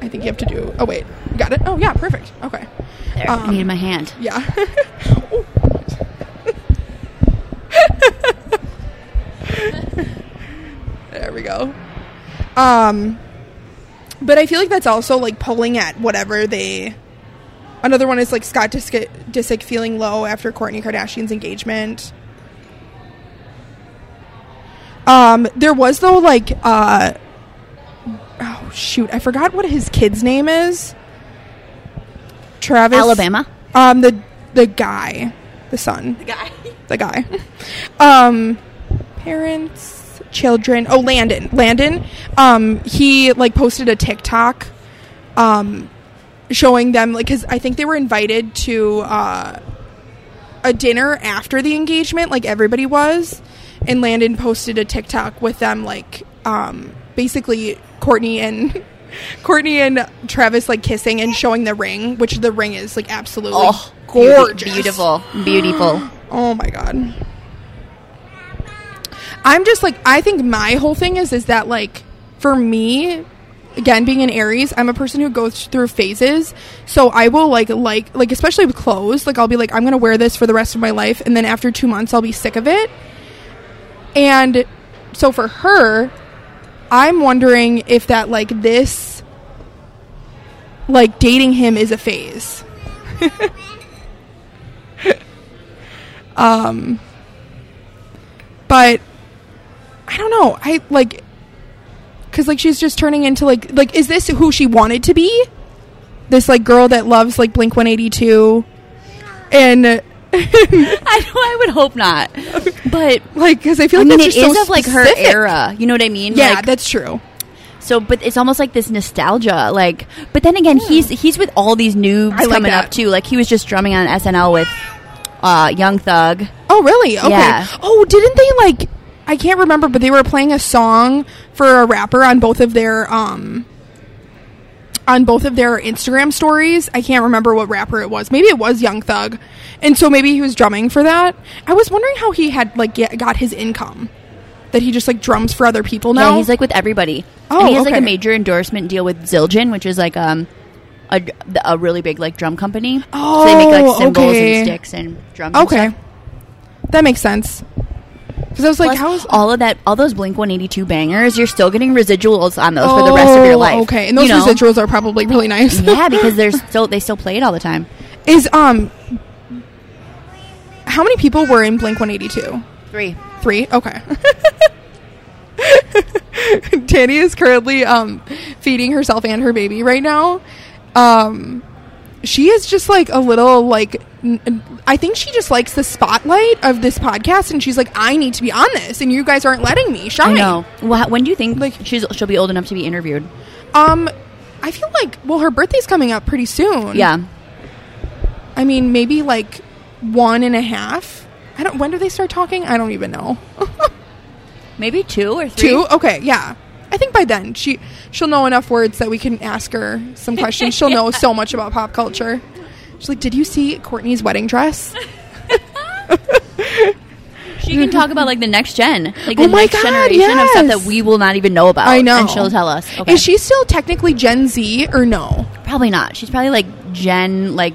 S1: I think you have to do. Oh wait, got it. Oh yeah, perfect. Okay.
S2: There, I
S1: Um,
S2: needed my hand.
S1: yeah. there we go. Um but I feel like that's also like pulling at whatever they Another one is like Scott Disick, Disick feeling low after Courtney Kardashian's engagement. Um there was though like uh oh shoot, I forgot what his kid's name is. Travis
S2: Alabama.
S1: um, the the guy, the son,
S2: Guy.
S1: the guy. Um, parents, children. Oh, Landon. Landon. Um, he like posted a TikTok, um, showing them like because I think they were invited to uh, a dinner after the engagement. Like everybody was, and Landon posted a TikTok with them like um, basically Courtney and. Courtney and Travis like kissing and showing the ring, which the ring is like absolutely
S2: Oh, beauty-
S1: gorgeous,
S2: Beautiful. Beautiful.
S1: Oh my god. I'm just like I think my whole thing is is that like for me again being an Aries, I'm a person who goes through phases. So I will like like like especially with clothes, like I'll be like I'm going to wear this for the rest of my life and then after 2 months I'll be sick of it. And so for her, I'm wondering if that like this like dating him is a phase. um but I don't know. I like cuz like she's just turning into like like is this who she wanted to be? This like girl that loves like Blink-182 and
S2: I know. I would hope not. But
S1: like cuz I feel
S2: I
S1: like
S2: mean, it
S1: that's just
S2: is
S1: so
S2: of like her
S1: specific.
S2: era. You know what I mean?
S1: Yeah,
S2: Like,
S1: that's true.
S2: so, but it's almost like this nostalgia. Like, but then again, he's he's with all these noobs
S1: I like
S2: coming
S1: that.
S2: up too. Like he was just drumming on SNL with uh, Young Thug.
S1: Oh, really? Okay.
S2: Yeah.
S1: Oh, didn't they like? I can't remember, but they were playing a song for a rapper on both of their um on both of their Instagram stories. I can't remember what rapper it was. Maybe it was Young Thug, and so maybe he was drumming for that. I was wondering how he had like get, got his income. That he just like drums for other people now.
S2: Yeah, he's like with everybody.
S1: Oh,
S2: and he has like
S1: okay.
S2: a major endorsement deal with Zildjian, which is like um a, the- a really big like drum company. so they make
S1: Oh,
S2: like cymbals
S1: okay.
S2: and sticks and drums. and
S1: okay,
S2: stuff.
S1: that makes sense. Because I was like,
S2: Plus,
S1: how is
S2: all of that, all those Blink One Eighty Two bangers, you're still getting residuals on those for the rest of your
S1: Oh,
S2: life.
S1: Okay, and those
S2: you know?
S1: residuals are probably really nice.
S2: yeah, because they're still they still play it all the time.
S1: Is um how many people were in Blink 182?
S2: Three.
S1: Three? Okay. Danny is currently um feeding herself and her baby right now. Um she is just like a little like n- n- I think she just likes the spotlight of this podcast and she's like I need to be on this and you guys aren't letting me
S2: I
S1: shine.
S2: know. Well, how- when do you think
S1: Like- Hmm?
S2: like she's she'll be old enough to be interviewed?
S1: Um I feel like well, her birthday's coming up pretty soon.
S2: Yeah.
S1: I mean, maybe like one and a half. I don't. When do they start talking? I don't even know.
S2: Maybe two or three.
S1: Two. Okay. Yeah. I think by then she she'll know enough words that we can ask her some questions. She'll know so much about pop culture. She's like, "Did you see Courtney's wedding dress?"
S2: Oh, She can talk about like the next gen, like the
S1: Oh my
S2: next
S1: God,
S2: generation of stuff
S1: yes.
S2: that we will not even know about.
S1: I know.
S2: and she'll tell us. Okay.
S1: Is she still technically Gen Z or no?
S2: probably not? She's probably like Gen like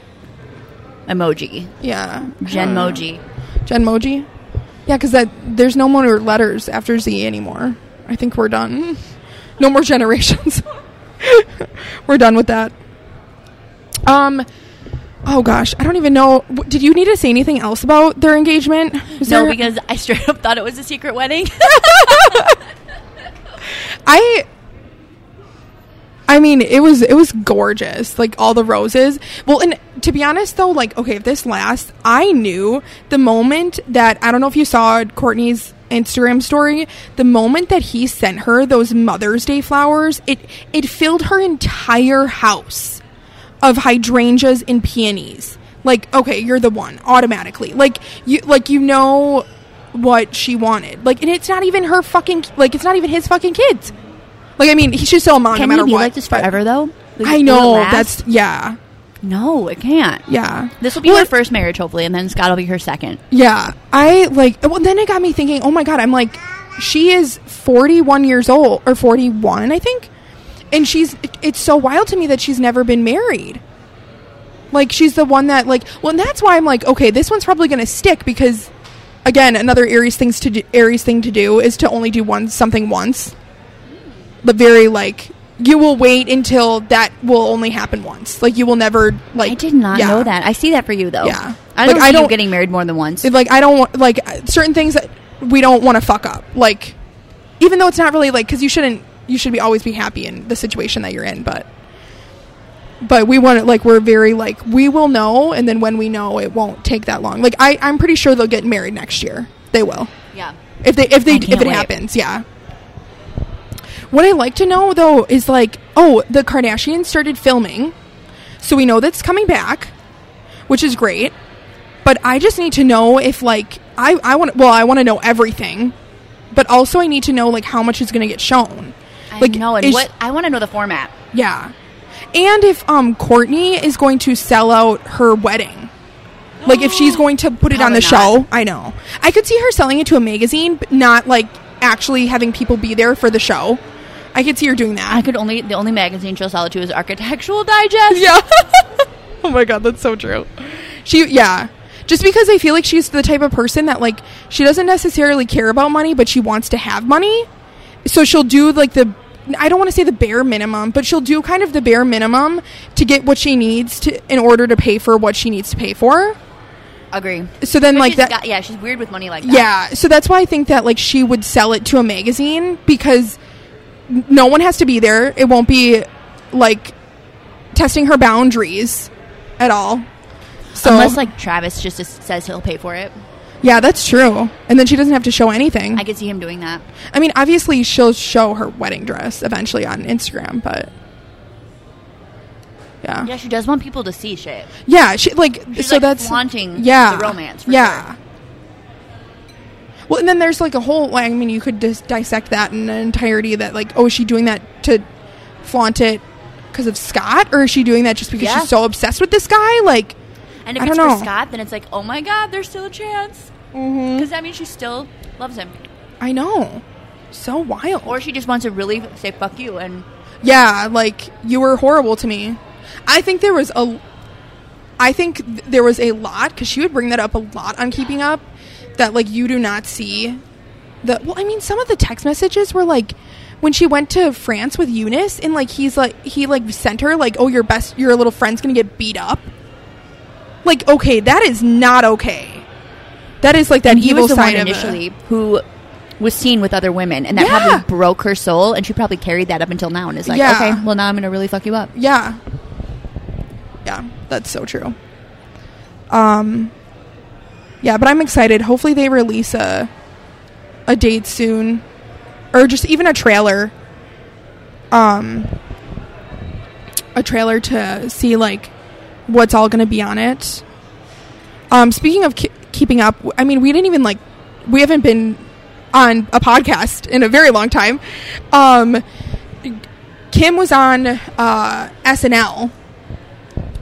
S2: emoji,
S1: Yeah.
S2: Gen emoji.
S1: Gen Moji. Yeah, because that there's no more letters after Z anymore. I think we're done. No more generations. we're done with that. Um. Oh gosh, I don't even know. W- Did you need to say anything else about their engagement? Is
S2: No,
S1: there-
S2: because I straight up thought it was a secret wedding.
S1: I I mean, it was it was gorgeous. Like all the roses. Well, and to be honest though, like okay, if this lasts, I knew the moment that I don't know if you saw Courtney's Instagram story, the moment that he sent her those Mother's Day flowers, it it filled her entire house of hydrangeas and peonies. Like, okay, you're the one automatically. Like you like you know what she wanted. Like and it's not even her fucking like it's not even his fucking kids. Like I mean, he should still a mom
S2: can
S1: no matter
S2: we be
S1: what.
S2: like this
S1: but-
S2: forever though? Like,
S1: I
S2: will
S1: know
S2: it last?
S1: that's yeah.
S2: no, it can't.
S1: Yeah.
S2: This will be
S1: Well,
S2: her first marriage, hopefully, and then Scott will be her second.
S1: Yeah. I like well then it got me thinking, "Oh my god, I'm like she is 41 years old or 41, I think." And she's it- it's so wild to me that she's never been married. Like she's the one that like well and that's why I'm like, "Okay, this one's probably going to stick because again, another Aries things to do, Aries thing to do is to only do one something once. But very like you will wait until that will only happen once. Like you will never like
S2: I did not
S1: yeah.
S2: know that. I see that for you though.
S1: Yeah.
S2: I
S1: Like,
S2: don't see
S1: I don't-
S2: you getting married more than once.
S1: It, like I don't want like uh, certain things that we don't want to fuck up. Like even though it's not really like because you shouldn't you should be always be happy in the situation that you're in, but but we want it like we're very like we will know and then when we know it won't take that long. Like I I'm pretty sure they'll get married next year. They will
S2: yeah.
S1: if they if they
S2: I
S1: if it
S2: can't wait.
S1: happens yeah what i like to know though is like oh the kardashians started filming so we know that's coming back which is great but i just need to know if like i i want well i want to know everything but also i need to know like how much is going to get shown
S2: I
S1: like
S2: know. And
S1: is-
S2: what I want to know the format.
S1: yeah and if um courtney is going to sell out her wedding like if she's going to put it on
S2: Probably
S1: the
S2: not.
S1: show i know i could see her selling it to a magazine but not like actually having people be there for the show i could see her doing
S2: I
S1: that
S2: could only the only magazine she'll sell it to is Architectural Digest.
S1: yeah oh my god that's so true she yeah just because i feel like she's the type of person that like she doesn't necessarily care about money but she wants to have money so she'll do like the I don't want to say the bare minimum, but she'll do kind of the bare minimum to get what she needs to in order to pay for what she needs to pay for.
S2: Agree.
S1: So then
S2: But
S1: like
S2: she's
S1: that
S2: got- yeah, she's weird with money like that.
S1: yeah, so that's why I think that like she would sell it to a magazine because n- no one has to be there. It won't be like testing her boundaries at all. So
S2: Unless like Travis just is- says he'll pay for it.
S1: yeah, that's true. And then she doesn't have to show anything.
S2: I
S1: I,
S2: could see him doing that.
S1: mean, obviously she'll show her wedding dress eventually on Instagram, but yeah,
S2: Yeah, she does want people to see shit.
S1: yeah. She like
S2: She's
S1: so
S2: like
S1: that's
S2: flaunting
S1: yeah
S2: the romance. For
S1: yeah. Well, and then there's like a whole. like, I mean, you could dis- dissect that in entirety. That like, oh, is she doing that to flaunt it because of Scott, or is she doing that just because
S2: Yeah.
S1: she's so obsessed with this guy? Like,
S2: sure. And if
S1: I
S2: it's
S1: don't
S2: for
S1: know. Mm-hmm.
S2: Scott, then it's like, oh my god, there's still a chance. Because that means she still loves him,
S1: I know, so wild.
S2: or she just wants to really say fuck you and
S1: yeah, like you were horrible to me. I think there was a. I think th- there was a lot because she would bring that up a lot on Keeping Up, that like you do not see the well i mean some of the text messages were like when she went to france with eunice and like he's like he like sent her like oh your best your little friend's gonna get beat up like okay that is not okay that is like that
S2: he
S1: evil
S2: was the
S1: side
S2: one
S1: of it.
S2: initially who was seen with other women, and that
S1: Yeah.
S2: probably broke her soul, and she probably carried that up until now, and is like,
S1: Yeah.
S2: okay, well now I'm gonna really fuck you up.
S1: yeah yeah that's so true um yeah but i'm excited hopefully they release a a date soon or just even a trailer um a trailer to see like what's all going to be on it. Um, speaking of ki- keeping up, I mean, we didn't even like we haven't been on a podcast in a very long time. Um, Kim was on uh, SNL,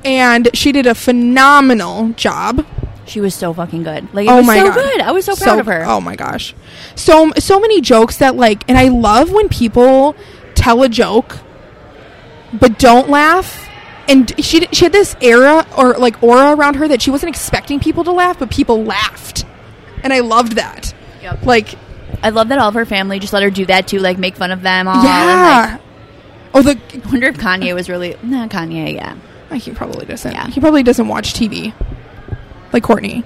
S1: and she did a phenomenal job.
S2: She was so fucking good. Like it was so good. I was so proud of her.
S1: Oh my gosh, so so many jokes that like, and I love when people tell a joke, but don't laugh. And she d- she had this era or like aura around her that she wasn't expecting people to laugh, but people laughed, and I loved that.
S2: Yep.
S1: Like
S2: I love that all of her family just let her do that too, like make fun of them all. And,
S1: yeah.
S2: like,
S1: Oh, the
S2: I wonder if Kanye was really nah, Kanye. Yeah,
S1: Oh, he probably doesn't.
S2: Yeah.
S1: He probably doesn't watch TV, like Courtney.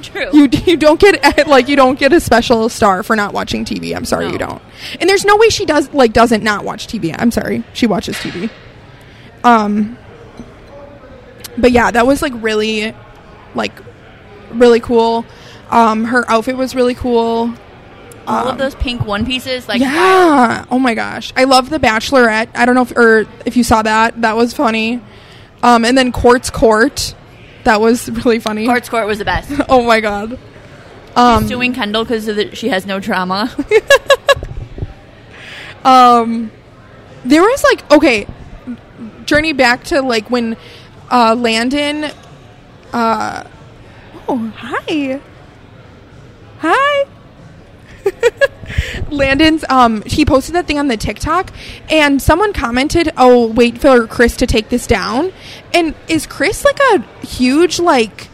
S2: true.
S1: You you don't get like you don't get a special star for not watching TV. I'm sorry
S2: No.
S1: you don't. And there's no way she does like doesn't not watch TV. I'm sorry she watches TV. Um. But yeah, that was like really, like, really cool. Um, her outfit was really cool.
S2: all of those pink one pieces, like
S1: Um, Yeah. Oh my gosh. I love The Bachelorette. I don't know if or if you saw that. That was funny. Um, and then Court's Court. That was really funny.
S2: Court's Court was the best.
S1: Oh my god. Um,
S2: Suing Kendall because she has no trauma.
S1: um there was like okay journey back to like when uh landon uh oh hi hi landon's um he posted that thing on the tiktok and someone commented oh wait for chris to take this down and is chris like a huge like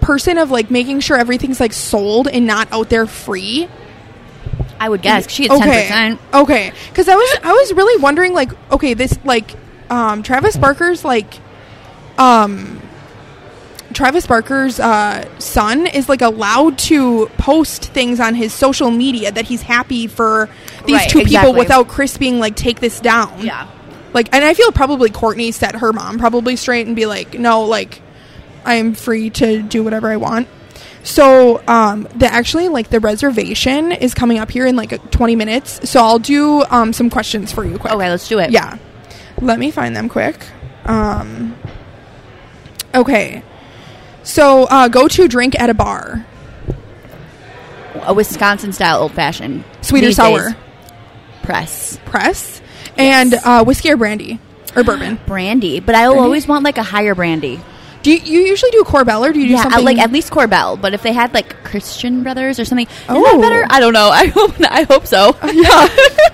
S1: person of like making sure everything's like sold and not out there free
S2: I would guess she had ten
S1: okay
S2: percent.
S1: okay because i was i was really wondering like okay this like um travis barker's like um travis barker's uh son is like allowed to post things on his social media that he's happy for these
S2: Right,
S1: two
S2: exactly.
S1: people without chris being like take this down
S2: Yeah.
S1: like and i feel probably courtney set her mom probably straight and be like no like i'm free to do whatever i want so um the actually like the reservation is coming up here in like 20 minutes so i'll do um some questions for you quick
S2: Okay, let's do it.
S1: yeah let me find them quick um okay so uh go to drink at a bar
S2: a Wisconsin style old fashioned,
S1: sweet or
S2: These
S1: sour
S2: days. press
S1: press and uh whiskey or brandy or bourbon
S2: brandy. But I will
S1: Brandy?
S2: always want like a higher brandy.
S1: do you, you usually do corbell or do you do
S2: Yeah, I
S1: something
S2: like at least Corbell. But if they had like Christian Brothers or something, isn't that
S1: Oh.
S2: better? I don't know. I hope I hope so.
S1: yeah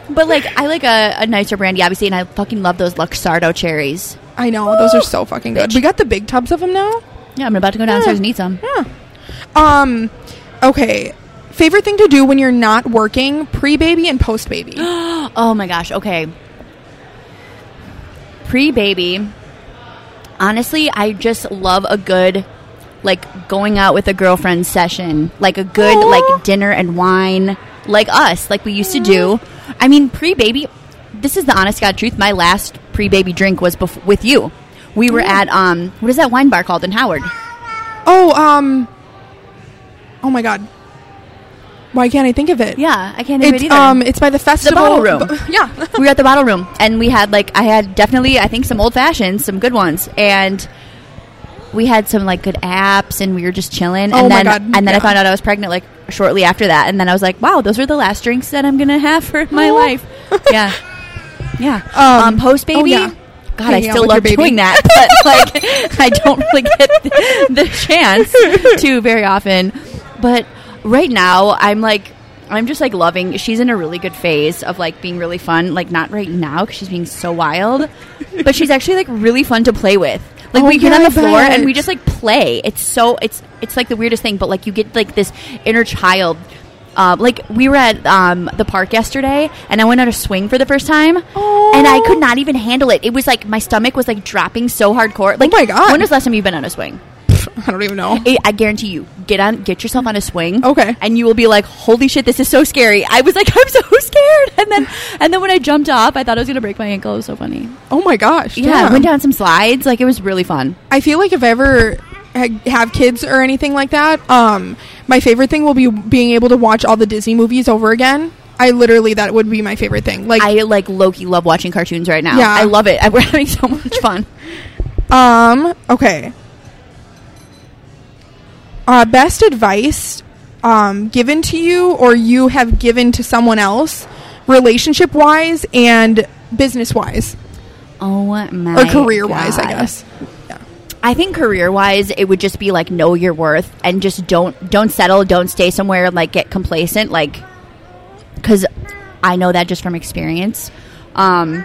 S2: but like I like a, a nicer brandy, obviously, and I fucking love those Luxardo cherries.
S1: I know those are so fucking good. We got the big tubs of them now.
S2: Yeah, I'm about to go downstairs
S1: Yeah.
S2: and eat some.
S1: Yeah. Um. Okay. Favorite thing to do when you're not working: pre-baby and post-baby.
S2: Oh my gosh. Okay. Pre baby. Honestly, I just love a good like going out with a girlfriend session, like a good
S1: Aw.
S2: like dinner and wine, like us, like we used to do. I mean, pre baby. This is the honest to God truth. My last pre baby drink was bef- with you. We were at um, what is that wine bar called in Howard?
S1: oh. Um. Oh my god. Why can't I think of it?
S2: Yeah, I can't think of
S1: It's
S2: it either.
S1: um. It's by the festival
S2: bottle room.
S1: b- yeah.
S2: we were at the bottle room and we had like I had definitely I think some old fashions, some good ones, and we had some like good apps and we were just chilling.
S1: Oh my
S2: and then
S1: God,
S2: and then I
S1: yeah.
S2: found out I was pregnant like shortly after that, and then I was like, wow, those are the last drinks that I'm gonna have for my
S1: Oh.
S2: life. Yeah, yeah. Um,
S1: Um,
S2: post baby.
S1: oh, yeah.
S2: God, I
S1: Hanging out
S2: still
S1: with your
S2: love
S1: baby.
S2: doing that, but like I don't really get the, the chance to very often. But right now, I'm like, I'm just like loving. She's in a really good phase of like being really fun. Like not right now because she's being so wild, but she's actually like really fun to play with. Like
S1: Oh,
S2: we get
S1: yeah,
S2: on the
S1: I
S2: floor and we
S1: bet.
S2: just like play. It's so it's it's like the weirdest thing, but like you get like this inner child. Uh, like we were at um, the park yesterday, and I went on a swing for the first time, and I
S1: Aw.
S2: could not even handle it. It was like my stomach was like dropping so hardcore. Like,
S1: my God.
S2: When was the last time you've been on a swing?
S1: I don't even know.
S2: I I guarantee you, get on, get yourself on a swing,
S1: Okay.
S2: and you will be like, "Holy shit, this is so scary!" I was like, "I'm so scared," and then, and then when I jumped off, I thought I was gonna break my ankle. It was so funny.
S1: Oh my gosh.
S2: Yeah, I
S1: damn.
S2: went down some slides. Like it was really fun.
S1: I feel like if I ever ha- have kids or anything like that, um, my favorite thing will be being able to watch all the Disney movies over again. I literally that would be my favorite thing. Like
S2: I like Loki. Love watching cartoons right now.
S1: Yeah.
S2: I love it. I- We're having so much fun.
S1: Um. Okay. Uh, best advice um, given to you or you have given to someone else, relationship wise and business wise
S2: Oh my!
S1: or career wise, I
S2: God.
S1: guess. Yeah.
S2: I think career wise, it would just be like know your worth and just don't don't settle, don't stay somewhere and like get complacent, like because I know that just from experience. Um,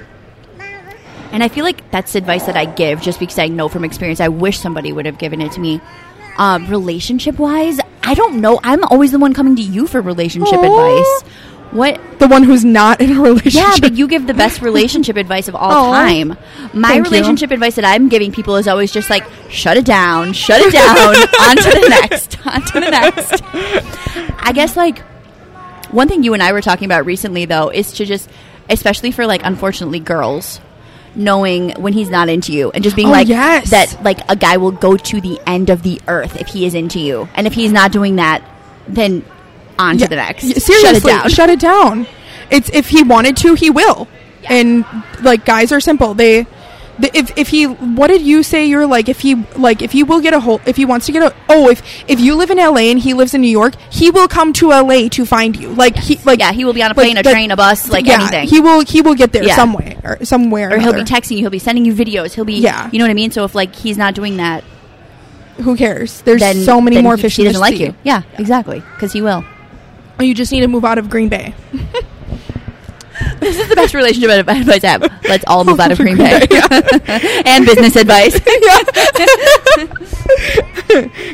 S2: and I feel like that's advice that I give just because I know from experience. I wish somebody would have given it to me. Um, relationship wise, I don't know. I'm always the one coming to you for relationship
S1: Aw.
S2: advice. What
S1: The one who's not in a relationship.
S2: yeah, but you give the best relationship advice of all
S1: Aw.
S2: time. My
S1: Thank you.
S2: relationship advice that I'm giving people is always just like, shut it down, shut it down, on to the next, on to the next. I guess like one thing you and I were talking about recently though is to just, especially for like unfortunately girls, knowing when he's not into you and just being
S1: Oh,
S2: like
S1: yes.
S2: that like a guy will go to the end of the earth if he is into you, and if he's not doing that, then on
S1: Yeah.
S2: to the next.
S1: Yeah, Seriously,
S2: shut it down.
S1: Shut it down. It's if he wanted to, he will. And like guys are simple. They, the if if he, what did you say? You're like if he like if he will get a hold if he wants to get a oh if if you live in L.A. and he lives in New York, he will come to L.A. to find you. Like he like
S2: Oh, Yeah, he will be on a
S1: like,
S2: plane, a
S1: that-
S2: train, a bus, like
S1: yeah,
S2: anything.
S1: He will he will get there
S2: Yeah.
S1: some way or somewhere
S2: or he'll be
S1: another.
S2: texting you, he'll be sending you videos, he'll be,
S1: Yeah.
S2: you know what I mean. So if like he's not doing that,
S1: Who cares? There's
S2: then
S1: so many
S2: then
S1: more
S2: he,
S1: fish.
S2: He
S1: in the
S2: doesn't like
S1: sea. Oh,
S2: you, yeah, exactly, because he will.
S1: You just need to move out of Green Bay.
S2: This is the best relationship advice I have. Let's all move out of Green Bay, and business advice.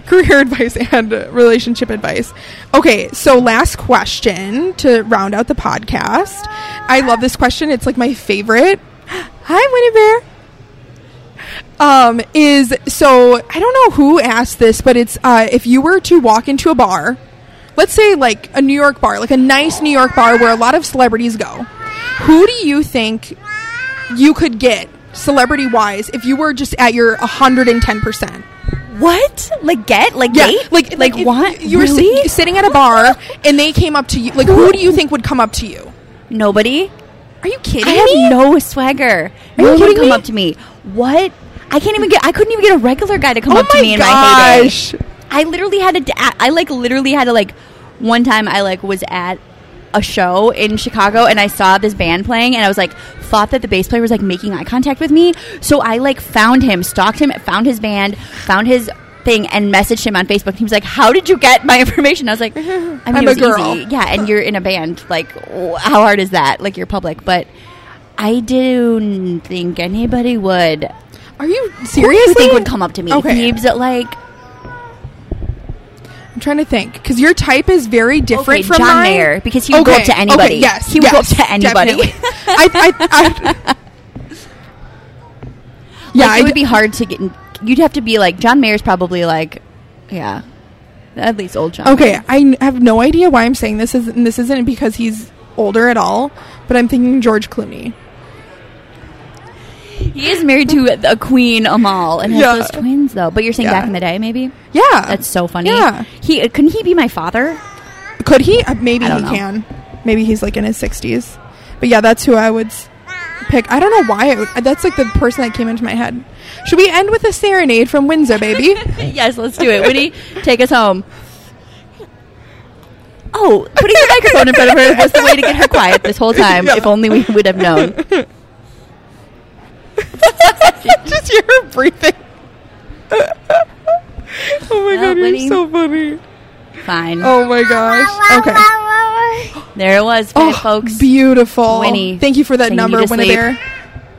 S1: career advice and uh, relationship advice. Okay, so last question to round out the podcast. I love this question. It's like my favorite. Hi, Winnie Bear. Um, is so I don't know who asked this, but it's uh, if you were to walk into a bar, let's say like a New York bar, like a nice New York bar where a lot of celebrities go, who do you think you could get celebrity wise if you were just at your 110%?
S2: what? Like get? Like
S1: Yeah,
S2: date?
S1: like
S2: like
S1: if
S2: what?
S1: You were sit-
S2: Really?
S1: sitting at a bar and they came up to you. Like, who do you think would come up to you?
S2: Nobody.
S1: Are you kidding
S2: I have
S1: me?
S2: no
S1: Are
S2: swagger.
S1: you
S2: no one
S1: kidding
S2: come
S1: me?
S2: up to me. What? I can't even get. I couldn't even get a regular guy to come
S1: Oh
S2: up to
S1: my
S2: me in my heyday.
S1: gosh.
S2: I literally had to. d- I like literally had to like. One time, I like was at a show in Chicago and I saw this band playing and I was like thought that the bass player was like making eye contact with me. So I like found him, stalked him, found his band, found his thing and messaged him on Facebook. He was like, "How did you get my information?" I was like, "I mean,
S1: I'm
S2: it
S1: a
S2: was
S1: girl.
S2: easy. Yeah, and you're in a band. Like w- how hard is that? Like you're public, but I didn't think anybody would
S1: Are you
S2: Who do
S1: serious?
S2: you think would come up to me.
S1: Okay,
S2: Thebes, like
S1: I'm trying to think because your type is very different
S2: Okay,
S1: from
S2: John
S1: mine.
S2: Mayer, because he would go up to anybody.
S1: Okay, yes,
S2: He would go
S1: yes,
S2: up to anybody.
S1: definitely. I, I, I, yeah,
S2: Like,
S1: I
S2: it would
S1: d-
S2: be hard to get. In, you'd have to be like John Mayer's probably like, yeah, at least old John.
S1: Okay, I n- have no idea why I'm saying this is and this isn't because he's older at all, but I'm thinking George Clooney.
S2: he is married to a queen Amal and has
S1: Yeah.
S2: those twins though. But you're saying
S1: Yeah.
S2: back in the day, maybe
S1: Yeah.
S2: that's so funny.
S1: Yeah.
S2: he uh, couldn't he be my father?
S1: Could he? Uh, maybe
S2: I
S1: he
S2: don't know.
S1: can. Maybe he's like in his 60s. But yeah, that's who I would s- pick. I don't know why. I would, that's like the person that came into my head. Should we end with a serenade from Windsor, baby?
S2: yes, let's do it. Woody, take us home. Oh, putting the microphone in front of her was the way to get her quiet this whole time.
S1: Yeah.
S2: If only we would have known.
S1: Just hear her breathing. oh my
S2: Oh,
S1: god,
S2: Winnie.
S1: you're so funny.
S2: Fine,
S1: Oh my gosh. Okay.
S2: there it was,
S1: Oh,
S2: folks.
S1: beautiful.
S2: Winnie,
S1: Thank you for that
S2: singing
S1: number,
S2: you to sleep.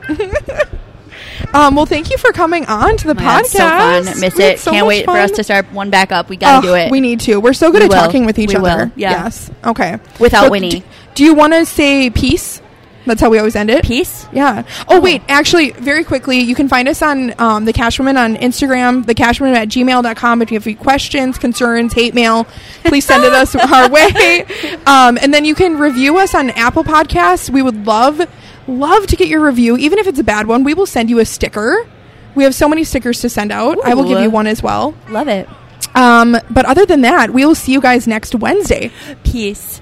S1: Winnebear. um, well, thank you for coming on to the
S2: My God,
S1: podcast.
S2: it's so fun. Miss
S1: We had
S2: it.
S1: so
S2: Can't
S1: much
S2: wait for
S1: fun.
S2: us to start one back up. We gotta
S1: Ugh,
S2: do it.
S1: We need to. We're so good
S2: We
S1: at
S2: will.
S1: talking with each
S2: We
S1: other.
S2: will, yeah.
S1: Yes. Okay.
S2: Without
S1: So,
S2: Winnie.
S1: d- Do, you want to say peace? That's how we always end it.
S2: Peace.
S1: Yeah. Oh, wait. Actually, very quickly, you can find us on um, The Cashwoman on Instagram, thecashwoman at gmail.com. If you have any questions, concerns, hate mail, please send it us our way. Um, and then you can review us on Apple Podcasts. We would love, love to get your review. Even if it's a bad one, we will send you a sticker. We have so many stickers to send out. I will give
S2: Ooh.
S1: you one as well.
S2: Love it.
S1: Um, but other than that, we will see you guys next Wednesday.
S2: Peace.